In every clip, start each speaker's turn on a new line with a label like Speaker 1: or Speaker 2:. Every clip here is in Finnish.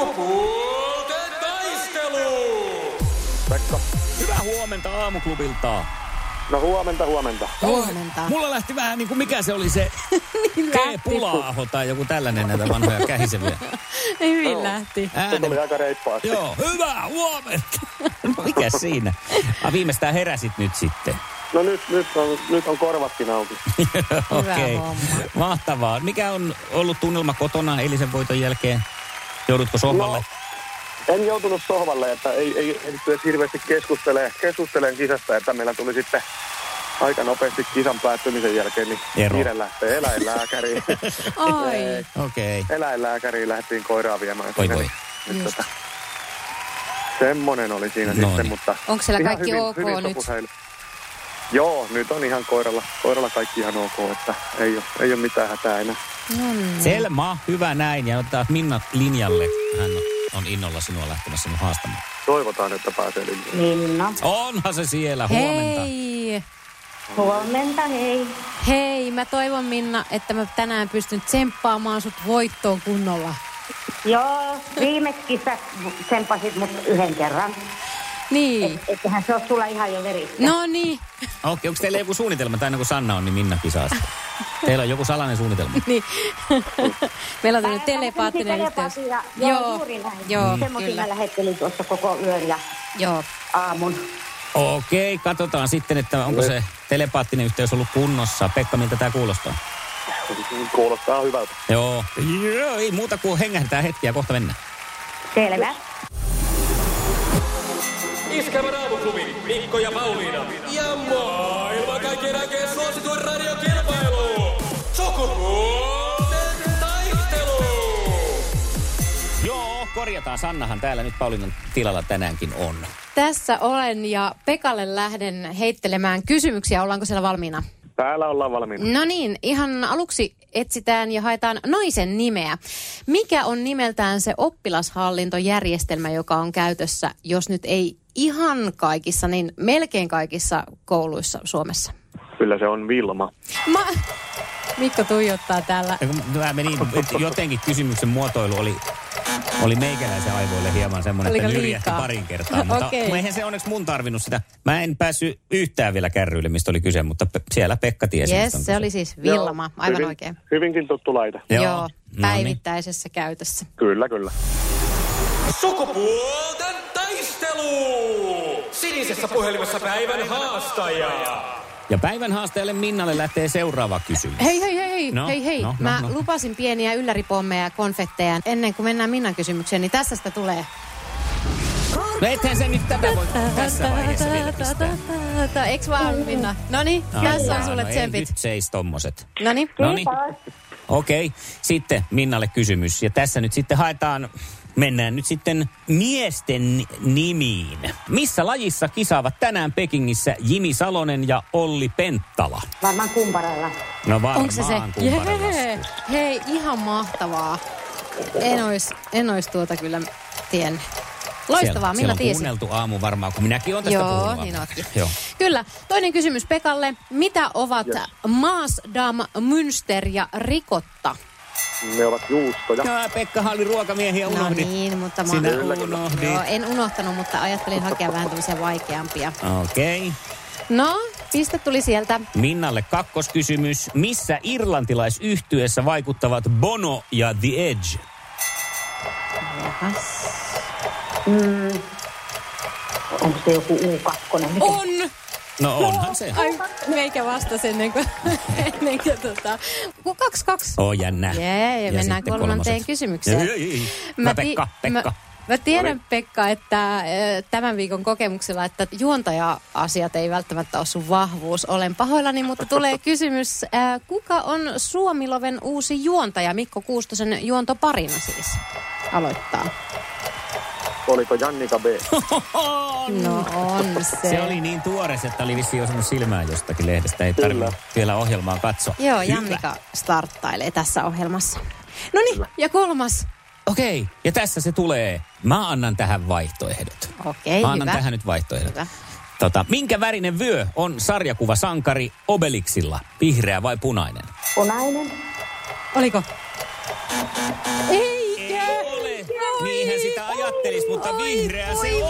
Speaker 1: Sukupuolten taistelu!
Speaker 2: Pekka.
Speaker 3: Hyvää huomenta aamuklubilta.
Speaker 2: No huomenta, huomenta.
Speaker 4: Huomenta.
Speaker 3: Mulla lähti vähän niin kuin mikä se oli se
Speaker 4: Niin
Speaker 3: T.
Speaker 4: lähti.
Speaker 3: Pulaaho tai joku tällainen näitä vanhoja kähiseviä
Speaker 4: Hyvin lähti.
Speaker 3: ääni.
Speaker 2: Se tuli aika reippaasti.
Speaker 3: Joo, hyvää huomenta. No mikä siinä? Ah, viimeistään heräsit nyt sitten.
Speaker 2: No nyt, nyt, on, nyt on korvatkin auki.
Speaker 4: Hyvä
Speaker 3: Okei.
Speaker 4: homma.
Speaker 3: Mahtavaa. Mikä on ollut tunnelma kotona eilisen voiton jälkeen? Joudutko sohvalle?
Speaker 2: No, en joutunut sohvalle, että ei, ei, ei nyt edes hirveästi keskustele, keskusteleen kisasta, että meillä tuli sitten aika nopeasti kisan päättymisen jälkeen, niin
Speaker 3: Ero.
Speaker 2: kiire lähtee eläinlääkäriin.
Speaker 4: Ai,
Speaker 3: Okei.
Speaker 2: eläinlääkäriin lähdettiin koiraa viemään.
Speaker 3: Oi
Speaker 2: sinne,
Speaker 3: voi.
Speaker 2: niin nyt tota, semmonen oli siinä
Speaker 3: No
Speaker 2: sitten,
Speaker 3: niin.
Speaker 2: mutta...
Speaker 4: Onko siellä
Speaker 2: ihan
Speaker 4: kaikki ok nyt?
Speaker 2: sopusäily. Joo, nyt on ihan koiralla, koiralla kaikki ihan ok, että ei ole, ei ole mitään hätää enää.
Speaker 4: no niin.
Speaker 3: Selma, hyvä näin. Ja ottaa Minna linjalle. Hän on innolla sinua lähtemässä nyt haastamaan.
Speaker 2: Toivotaan, että pääsee linjalle.
Speaker 5: Minna.
Speaker 3: Onhan se siellä. Huomenta.
Speaker 4: Hei.
Speaker 5: Huomenta, hei.
Speaker 4: Hei, mä toivon Minna, että mä tänään pystyn tsemppaamaan sut voittoon kunnolla.
Speaker 5: Joo, viimeksi sä tsempasit mut yhden kerran.
Speaker 4: Niin.
Speaker 5: Eiköhän se ole sulla ihan jo veristä.
Speaker 4: No niin.
Speaker 3: Okei, onko teillä joku suunnitelma? Tai ennen kuin Sanna on, niin Minna kisaa sitä. Teillä on joku salainen suunnitelma.
Speaker 4: niin. Meillä on
Speaker 5: Tää on
Speaker 4: tämmöinen telepaattinen
Speaker 5: tämmösen
Speaker 4: yhteys.
Speaker 5: telepatia. Joo, juuri näin.
Speaker 4: Joo,
Speaker 5: Semmoisia
Speaker 4: kyllä.
Speaker 5: mä lähettelin tuossa koko yön ja
Speaker 4: Joo.
Speaker 5: aamun.
Speaker 3: Okei, katsotaan sitten, että onko se telepaattinen yhteys ollut kunnossa. Pekka, miltä tämä kuulostaa?
Speaker 2: Kuulostaa hyvältä.
Speaker 3: Joo. Joo, ei muuta kuin hengähtää hetkiä, kohta mennään.
Speaker 5: Selvä.
Speaker 1: Iskävä raamuklubi, Mikko ja Pauliina. Ja maailman kaikkien aikeen suosituen radiokilpailu. Sukupuolten taistelu!
Speaker 3: Joo, korjataan. Sannahan täällä nyt Paulinan tilalla tänäänkin on.
Speaker 4: Tässä olen ja Pekalle lähden heittelemään kysymyksiä. Ollaanko siellä valmiina?
Speaker 2: Täällä ollaan valmiina.
Speaker 4: No niin, ihan aluksi etsitään ja haetaan naisen nimeä. Mikä on nimeltään se oppilashallintojärjestelmä, joka on käytössä, jos nyt ei ihan kaikissa, niin melkein kaikissa kouluissa Suomessa?
Speaker 2: Kyllä se on Vilma.
Speaker 4: Ma- Mikko tuijottaa täällä.
Speaker 3: Mä menin, et jotenkin kysymyksen muotoilu oli, oli meikäläisen aivoille hieman semmoinen, että
Speaker 4: Oliko
Speaker 3: nyrjähti
Speaker 4: liikaa? No,
Speaker 3: parin kertaa. Mutta
Speaker 4: Okei.
Speaker 3: okay. eihän se onneksi mun tarvinnut sitä. Mä en päässyt yhtään vielä kärryille, mistä oli kyse, mutta pe- siellä Pekka tiesi.
Speaker 4: Yes,
Speaker 3: mistä on
Speaker 4: se
Speaker 3: kyse.
Speaker 4: oli siis Vilma,
Speaker 2: Joo,
Speaker 4: aivan
Speaker 2: hyvin,
Speaker 4: oikein.
Speaker 2: Hyvinkin tuttu laite.
Speaker 4: Joo,
Speaker 3: No niin.
Speaker 4: päivittäisessä käytössä.
Speaker 2: Kyllä, kyllä.
Speaker 1: Sukupuolten taistelu! Sinisessä puhelimessa päivän haastaja.
Speaker 3: Ja päivän haasteelle Minnalle lähtee seuraava kysymys.
Speaker 4: Hei, hei, hei, hei,
Speaker 3: No,
Speaker 4: hei, hei.
Speaker 3: no, no,
Speaker 4: Mä
Speaker 3: no.
Speaker 4: lupasin pieniä ylläripommeja ja konfetteja. Ennen kuin mennään Minnan kysymykseen, niin tässä sitä tulee.
Speaker 3: No ethän se nyt tätä voi tässä vaiheessa vielä pistää.
Speaker 4: Ta-ta-ta-ta-ta-ta. Eiks vaan, Minna? Noniin, tässä on
Speaker 3: jaa,
Speaker 4: sulle
Speaker 3: no Ei
Speaker 4: tsempit.
Speaker 3: nyt seis tommoset.
Speaker 4: Noniin.
Speaker 3: No niin. Okei, sitten Minnalle kysymys. Ja tässä nyt sitten haetaan, mennään nyt sitten miesten nimiin. Missä lajissa kisaavat tänään Pekingissä Jimi Salonen ja Olli Penttala?
Speaker 5: Varmaan kumparalla.
Speaker 3: No varmaan
Speaker 4: Onko se se?
Speaker 3: kumparan
Speaker 4: Jee.
Speaker 3: lasku.
Speaker 4: Hei, ihan mahtavaa. En ois, en ois tuota kyllä tiennyt.
Speaker 3: Siellä-
Speaker 4: Loistavaa,
Speaker 3: siellä
Speaker 4: millä
Speaker 3: on
Speaker 4: tiesit?
Speaker 3: kuunneltu aamu varmaan, kun minäkin olen tästä
Speaker 4: Joo,
Speaker 3: puhunut.
Speaker 4: niin ootkin.
Speaker 3: Joo.
Speaker 4: Kyllä. Toinen kysymys Pekalle. Mitä ovat Maasdam, Münster ja Rikotta?
Speaker 2: Ne ovat juustoja.
Speaker 3: Ja Pekkahan oli No, ruokamiehiä,
Speaker 4: No
Speaker 3: unohdit.
Speaker 4: niin, mutta mä...
Speaker 3: Sinä
Speaker 2: Kyllä, kyllä.
Speaker 3: unohdit.
Speaker 4: Joo, en unohtanut, mutta ajattelin hakea vähän tämmöisiä vaikeampia.
Speaker 3: Okei. Okay.
Speaker 4: No, piste tuli sieltä.
Speaker 3: Minnalle kakkoskysymys. Missä irlantilaisyhtyessä vaikuttavat Bono ja The Edge?
Speaker 4: Jahas.
Speaker 5: Onko se joku U2? Mikä?
Speaker 4: On!
Speaker 3: No onhan se.
Speaker 4: Ai, meikä vastasi ennen kuin... ennen kuin tota. Ku- Kaksi, kaksi.
Speaker 3: Oo jännä.
Speaker 4: Jee, ja mennään
Speaker 3: sitten
Speaker 4: kolmanteen
Speaker 3: kolmoset.
Speaker 4: kysymykseen.
Speaker 3: Jee, jee, jee. Mä
Speaker 4: ti-
Speaker 3: no Pekka,
Speaker 4: Mä,
Speaker 3: Pekka.
Speaker 4: mä tiedän, Pekka, että ö, tämän viikon kokemuksella, että juontaja-asiat ei välttämättä ole sun vahvuus. Olen pahoillani, mutta tulee kysymys. ö, Kuka on Suomiloven uusi juontaja? Mikko Kuustosen juontoparina siis aloittaa.
Speaker 2: Oliko Jannika B?
Speaker 4: No on se.
Speaker 3: Se oli niin tuores, että oli vissiin osunut silmään jostakin lehdestä. Ei
Speaker 2: Kyllä.
Speaker 3: tarvinnut vielä ohjelmaa katsoa.
Speaker 4: Joo,
Speaker 3: Hyvä.
Speaker 4: Jannika starttailee tässä ohjelmassa. No niin, ja kolmas.
Speaker 3: Okei, ja tässä se tulee. Mä annan tähän vaihtoehdot.
Speaker 4: Okei,
Speaker 3: Mä annan
Speaker 4: hyvä.
Speaker 3: tähän nyt vaihtoehdot.
Speaker 4: Hyvä.
Speaker 3: Tota, minkä värinen vyö on sarjakuva sankari Obelixilla? Vihreä vai punainen?
Speaker 5: Punainen.
Speaker 4: Oliko? Eikä!
Speaker 3: Ole.
Speaker 4: Voi
Speaker 3: Niinhän miten sitä ajattelisi, mutta
Speaker 4: Oi,
Speaker 3: vihreä se
Speaker 4: voi,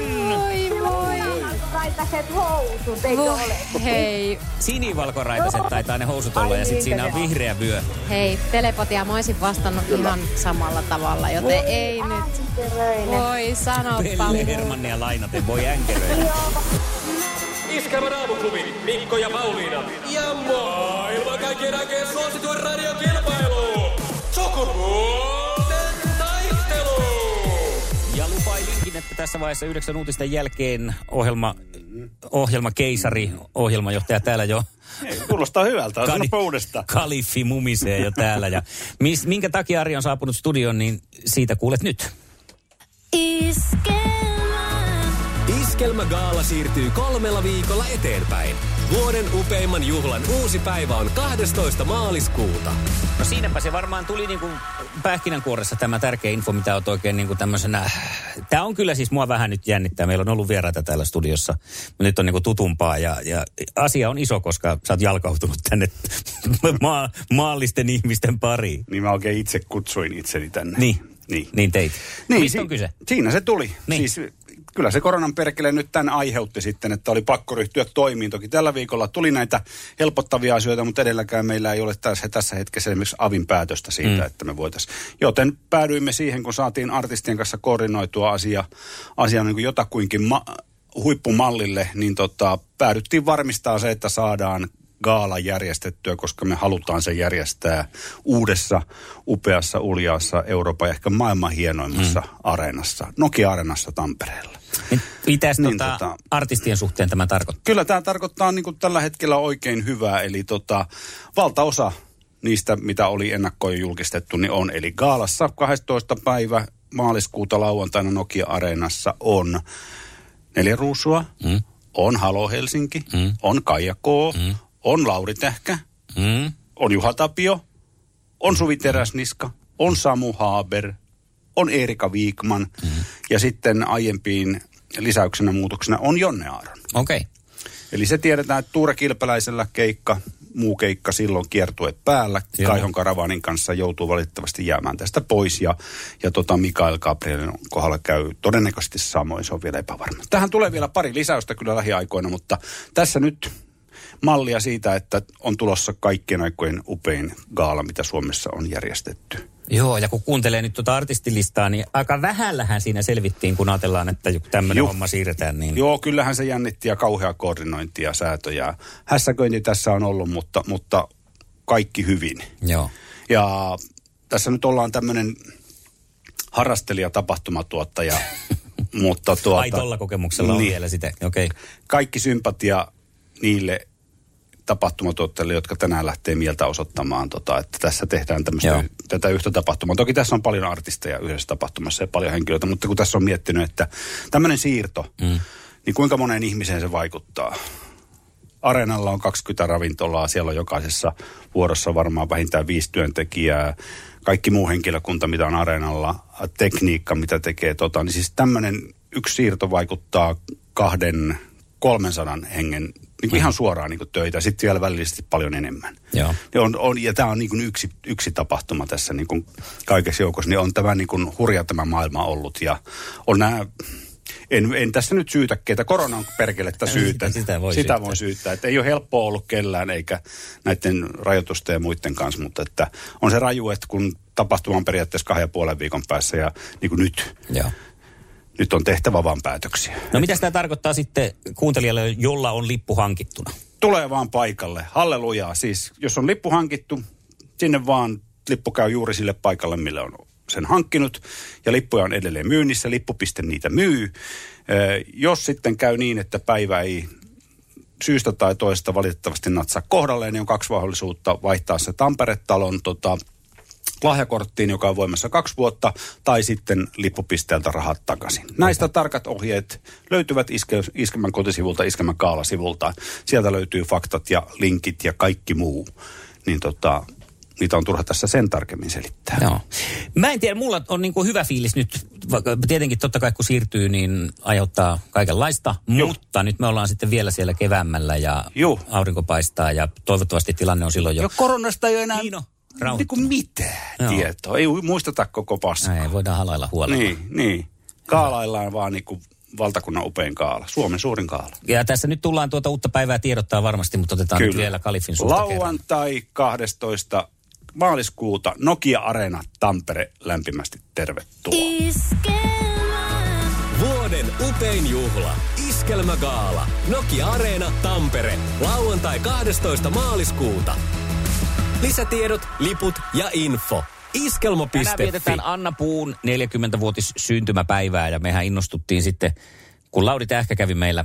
Speaker 3: on.
Speaker 4: Voi, voi,
Speaker 5: Raitaiset housut, eikö
Speaker 4: voi.
Speaker 5: ole?
Speaker 4: Hei,
Speaker 3: Sinivalkoraitaiset taitaa ne housut olla
Speaker 5: Ai
Speaker 3: ja sitten siinä
Speaker 5: niinkö
Speaker 3: on
Speaker 5: ne on?
Speaker 3: vihreä vyö.
Speaker 4: hei, telepatia mä olisin vastannut ihan samalla tavalla, joten ei nyt.
Speaker 5: Äänteröinen.
Speaker 4: Voi sanoppa
Speaker 3: Pelle
Speaker 4: muuta.
Speaker 3: Hermannia lainaten voi änkäröidä.
Speaker 1: Iskävä raamuklubi, Mikko ja Pauliina. Ja maailman kaikkien aikeen suosituen radiokilpailu. Sukupuolten taistelu.
Speaker 3: Ja lupailinkin, että tässä vaiheessa yhdeksän uutisten jälkeen ohjelma, ohjelma keisari, ohjelmajohtaja täällä jo
Speaker 6: Kuulostaa hyvältä,
Speaker 3: Kali-
Speaker 6: sanoppa uudestaan.
Speaker 3: Kalifi mumisee jo täällä. Ja mis, minkä takia Ari on saapunut studioon, niin siitä kuulet nyt.
Speaker 7: Iskelmä Gaala siirtyy kolmella viikolla eteenpäin. Vuoden upeimman juhlan uusi päivä on 12. maaliskuuta.
Speaker 3: No siinäpä se varmaan tuli niin kuin pähkinänkuoressa tämä tärkeä info, mitä olet oikein niin kuin tämmöisenä... Tämä on kyllä siis mua vähän nyt jännittää. Meillä on ollut vieraita täällä studiossa, mutta nyt on niin kuin tutumpaa ja, ja asia on iso, koska sä oot jalkautunut tänne maa, maallisten ihmisten pariin.
Speaker 6: Niin mä oikein itse kutsuin itseni tänne.
Speaker 3: Niin,
Speaker 6: Niin.
Speaker 3: niin teit.
Speaker 6: Niin,
Speaker 3: Mistä
Speaker 6: si-
Speaker 3: on kyse?
Speaker 6: Siinä se tuli.
Speaker 3: Niin.
Speaker 6: Niin. Siis, kyllä se koronan perkele nyt tämän aiheutti sitten, että oli pakko ryhtyä toimiin. Toki tällä viikolla tuli näitä helpottavia asioita, mutta edelläkään meillä ei ole tässä, tässä hetkessä esimerkiksi avin päätöstä siitä, mm. että me voitaisiin. Joten päädyimme siihen, kun saatiin artistien kanssa koordinoitua asia, asia niin kuin jotakuinkin ma- huippumallille, niin tota, päädyttiin varmistaa se, että saadaan gaala järjestettyä, koska me halutaan se järjestää uudessa, upeassa, uljaassa Euroopan ja ehkä maailman hienoimmassa mm. areenassa, Nokia-areenassa Tampereella.
Speaker 3: Mitäs
Speaker 6: Niin,
Speaker 3: tota,
Speaker 6: tota-
Speaker 3: artistien suhteen tämä tarkoittaa?
Speaker 6: Kyllä tämä tarkoittaa niin kuin tällä hetkellä oikein hyvää, eli tota, valtaosa niistä, mitä oli ennakkoon jo julkistettu, niin on. Eli Gaalassa 12. päivä maaliskuuta lauantaina Nokia-areenassa on Neljä ruusua, mm. on Halo Helsinki, mm. on Kaija K, mm. on Lauri Tähkä,
Speaker 3: Mm?
Speaker 6: on Juha Tapio, on Suvi Teräsniska, on Samu Haaber, on Erika Viikman mm. ja sitten aiempiin lisäyksenä muutoksena on Jonne Aaron.
Speaker 3: Okei. Okay.
Speaker 6: Eli se tiedetään, että Tuure Kilpeläisellä keikka, muu keikka silloin kiertue päällä.
Speaker 3: Joo.
Speaker 6: Joo. Kaihon Karavanin kanssa joutuu valitettavasti jäämään tästä pois. Ja, ja tota Mikael Gabrielin kohdalla käy todennäköisesti samoin, se on vielä epävarma. Tähän tulee vielä pari lisäystä kyllä lähiaikoina, mutta tässä nyt mallia siitä, että on tulossa kaikkien aikojen upein gaala, mitä Suomessa on järjestetty.
Speaker 3: Joo, ja kun kuuntelee nyt tuota artistilistaa, niin aika vähällähän siinä selvittiin, kun ajatellaan, että joku tämmöinen
Speaker 6: Juh.
Speaker 3: homma siirretään. Niin...
Speaker 6: Joo, kyllähän se jännitti ja kauhea koordinointi ja säätöjä. Hässäköinti tässä on ollut, mutta, mutta kaikki hyvin.
Speaker 3: Joo.
Speaker 6: Ja tässä nyt ollaan tämmöinen harrastelija-tapahtumatuottaja, mutta tuota,
Speaker 3: Ai tolla kokemuksella on
Speaker 6: Niin.
Speaker 3: vielä sitä. Okei. Okay.
Speaker 6: kaikki sympatia niille tapahtumatuottajille, jotka tänään lähtee mieltä osoittamaan, tota, että tässä tehdään
Speaker 3: Joo.
Speaker 6: tämmöistä, y- tätä yhtä tapahtumaa. Toki tässä on paljon artisteja yhdessä tapahtumassa ja paljon henkilöitä, mutta kun tässä on miettinyt, että tämmöinen siirto, mm. niin kuinka moneen ihmiseen se vaikuttaa? Areenalla on 20 ravintolaa, siellä on jokaisessa vuorossa varmaan vähintään viisi työntekijää, kaikki muu henkilökunta, mitä on areenalla, tekniikka, mitä tekee, tota, niin siis tämmöinen yksi siirto vaikuttaa kahden, 300 hengen niin kuin ihan suoraan niin kuin töitä, sitten vielä välillisesti paljon enemmän.
Speaker 3: Joo.
Speaker 6: Ja, on, on, ja tämä on niin kuin yksi, yksi tapahtuma tässä niin kuin kaikessa joukossa, niin on tämä niin kuin hurja tämä maailma ollut ja on nämä, en, en tässä nyt syytä keitä, korona on perkelettä syytä.
Speaker 3: Sitä- sitä voi
Speaker 6: sitä
Speaker 3: syyttää.
Speaker 6: voi syyttää. Että ei ole helppoa ollut kellään eikä näiden rajoitusten ja muiden kanssa, mutta että on se raju, että kun tapahtuma on periaatteessa kahden ja puolen viikon päässä ja niin kuin nyt,
Speaker 3: Joo.
Speaker 6: nyt on tehtävä vaan päätöksiä.
Speaker 3: No mitä tämä tarkoittaa sitten kuuntelijalle, jolla on lippu hankittuna?
Speaker 6: tulee vaan paikalle. Hallelujaa. Siis jos on lippu hankittu, sinne vaan lippu käy juuri sille paikalle, millä on sen hankkinut. Ja lippuja on edelleen myynnissä, lippupiste niitä myy. Ö, Jos sitten käy niin, että päivä ei syystä tai toista valitettavasti natsaa kohdalleen, niin on kaksi mahdollisuutta vaihtaa se Tampere-talon tota, lahjakorttiin, joka on voimassa kaksi vuotta, tai sitten lippupisteeltä rahat takaisin. Näistä tarkat ohjeet löytyvät iske, Iskemän kotisivulta, Iskemän kaalasivulta. Sieltä löytyy faktat ja linkit ja kaikki muu. Niin tota, niitä on turha tässä sen tarkemmin selittää.
Speaker 3: Joo. Mä en tiedä, mulla on niin kuin hyvä fiilis nyt. Vaikka Tietenkin totta kai kun siirtyy, niin aiheuttaa kaikenlaista. Juh.
Speaker 6: Juh.
Speaker 3: Mutta nyt me ollaan sitten vielä siellä keväämmällä ja
Speaker 6: Juh.
Speaker 3: aurinko paistaa ja toivottavasti tilanne on silloin jo...
Speaker 6: koronasta ei ole enää
Speaker 3: Niin on.
Speaker 6: niin
Speaker 3: rauhoittunut.
Speaker 6: kuin mitään
Speaker 3: Joo.
Speaker 6: tietoa. Ei muisteta koko paskaa.
Speaker 3: Ei, voidaan halailla huolella.
Speaker 6: Niin, niin. Kaalaillaan vaan niin kuin valtakunnan upein kaala. Suomen suurin kaala.
Speaker 3: Ja tässä nyt tullaan tuota uutta päivää tiedottaa varmasti, mutta otetaan Kyllä. nyt vielä Kalifin suusta kerran.
Speaker 6: Lauantai 12. maaliskuuta Nokia Areena Tampere lämpimästi tervetuloa.
Speaker 7: Vuoden upein juhla. Iskelmägaala. Nokia Areena, Tampere. Lauantai 12. maaliskuuta. Lisätiedot, liput ja info.
Speaker 3: Tänään
Speaker 7: Iskelma.fi.
Speaker 3: vietetään Anna Puun 40-vuotis syntymäpäivää ja mehän innostuttiin sitten, kun Lauri Tähkä kävi meillä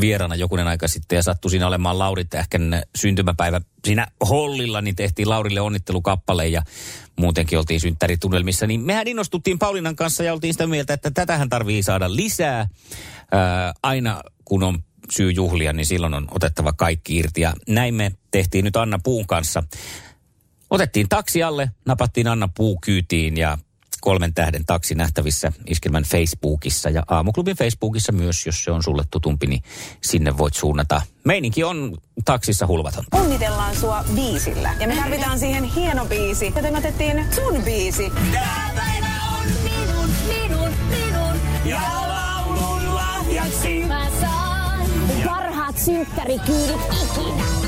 Speaker 3: vieraana jokunen aika sitten ja sattui siinä olemaan Lauri Tähkän syntymäpäivä siinä hollilla, niin tehtiin Laurille onnittelukappale ja muutenkin oltiin synttäritunnelmissa, niin mehän innostuttiin Paulinan kanssa ja oltiin sitä mieltä, että tätähän tarvii saada lisää. Ää, aina kun on syy juhlia, niin silloin on otettava kaikki irti ja näin me tehtiin nyt Anna Puun kanssa. Otettiin taksi alle, napattiin Anna Puu kyytiin ja kolmen tähden taksi nähtävissä Iskelmän Facebookissa ja Aamuklubin Facebookissa myös, jos se on sulle tutumpi, niin sinne voit suunnata. Meininki on taksissa hulvaton.
Speaker 8: Onnitellaan sua biisillä. Ja me tarvitaan siihen hieno biisi, joten me otettiin sun biisi.
Speaker 9: Parhaat synttärikyydit ikinä.